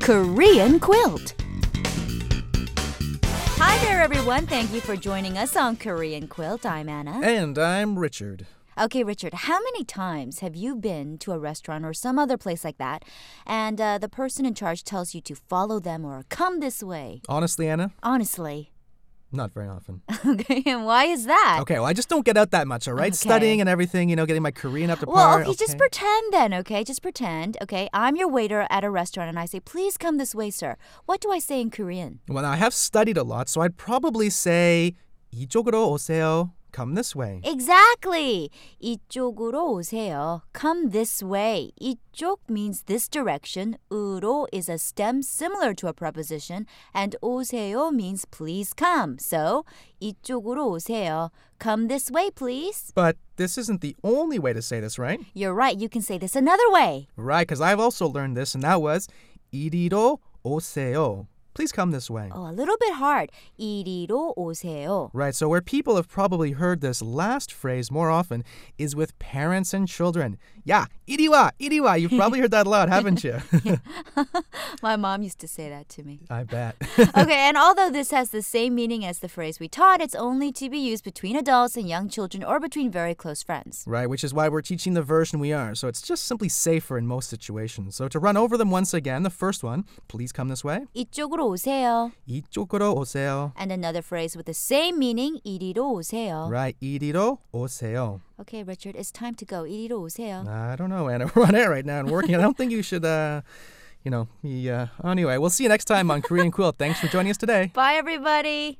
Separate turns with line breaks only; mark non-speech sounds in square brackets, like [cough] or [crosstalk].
Korean Quilt. Hi there, everyone. Thank you for joining us on Korean Quilt. I'm Anna.
And I'm Richard.
Okay, Richard, how many times have you been to a restaurant or some other place like that, and uh, the person in charge tells you to follow them or come this way?
Honestly, Anna,
Honestly. [laughs]
not very often.
Okay, and why is that?
Okay, well, I just don't get out that much, all right?
Okay.
Studying and everything, you know, getting my Korean up to
Well,
par.
okay, just
okay.
pretend then, okay? Just pretend, okay? I'm your waiter at a restaurant and I say, please come this way, sir. What do I say in Korean?
Well, now, I have studied a lot, so I'd probably say, 이쪽으로 오세요. Come this way.
Exactly! 이쪽으로 오세요. Come this way. 이쪽 means this direction. 으로 is a stem similar to a preposition. And 오세요 means please come. So, 이쪽으로 오세요. Come this way, please.
But this isn't the only way to say this, right?
You're right, you can say this another way.
Right, because I've also learned this, and that was, 이리로 오세요. Please come this way.
Oh, a little bit hard. 이리로 오세요.
Right, so where people have probably heard this last phrase more often is with parents and children. Yeah, iriwa, iriwa. You've probably heard that a lot, haven't
[laughs]
you?
My mom used to say that to me.
I bet.
okay, and although this has the same meaning as the phrase we taught, it's only to be used between adults and young children or between very close friends.
right, which is why we're teaching the version we are. So it's just simply safer in most situations. So to run over them once again, the first one, please come this way.
이쪽으로 오세요.
이쪽으로 오세요.
And another phrase with the same meaning, 이리로 오세요.
Right, 이리로 오세요.
Okay, Richard, it's time to go. 이리로 오세요.
I don't know, Anna. [laughs] We're on air right now and working. I don't think you should, uh, you know, be, uh, anyway, we'll see you next time on Korean Quilt. Thanks for joining us today.
Bye, everybody.